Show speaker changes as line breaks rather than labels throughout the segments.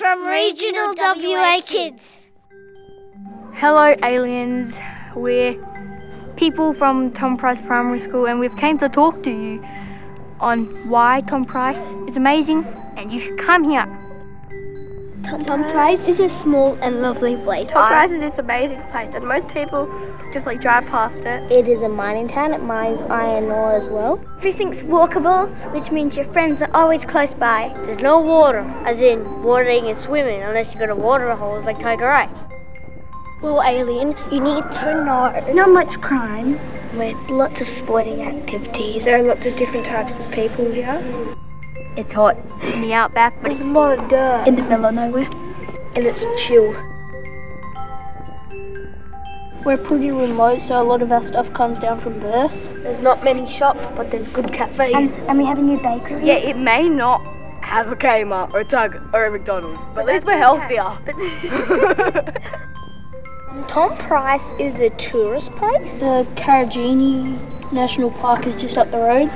Regional WA Kids.
Hello, aliens. We're people from Tom Price Primary School, and we've came to talk to you on why Tom Price is amazing, and you should come here.
Tom, Price is a small and lovely place.
Top Rise is this amazing place, and most people just like drive past it.
It is a mining town. It mines iron ore as well. Everything's walkable, which means your friends are always close by.
There's no water, as in watering and swimming, unless you go to water holes like Tiger Eye.
Well, Aileen, you need to know not much crime, with lots of sporting activities.
There are lots of different types of people here.
It's hot in the outback, but it's
a lot of dirt,
in the middle of nowhere.
and it's chill.
We're pretty remote, so a lot of our stuff comes down from Perth.
There's not many shops, but there's good cafes.
and we have a new bakery.
Yeah, it may not have a Kmart or a Target or a McDonald's, but, at least we're healthier.
Tom Price is a tourist place. The Karajini National Park is just up the road.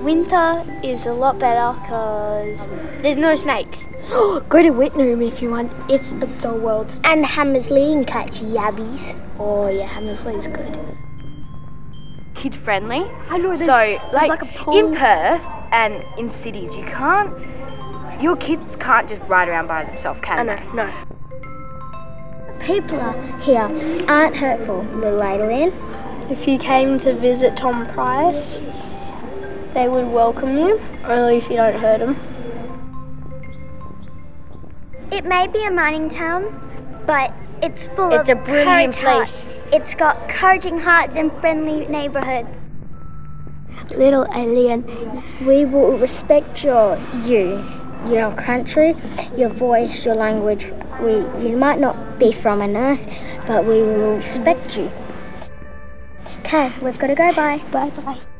Winter is a lot better because there's no snakes. Go to Whitnam if you want. It's the world. And Hammersley and catch yabbies. Oh yeah, Hammersley's good.
Kid friendly. I know. So, like, in Perth and in cities, you can't. Your kids can't just ride around by themselves, can
I know,
they?
no.
People are here aren't hurtful, little alien.
If you came to visit Tom Price, they would welcome you, only if you don't hurt them.
It may be a mining town, but it's full
It's
of
a brilliant
courage hearts. It's got encouraging hearts and friendly neighborhood. Little alien, we will respect your you, your country, your voice, your language. We you might not be from an earth, but we will respect you. Okay, we've got to go. Bye. Bye bye.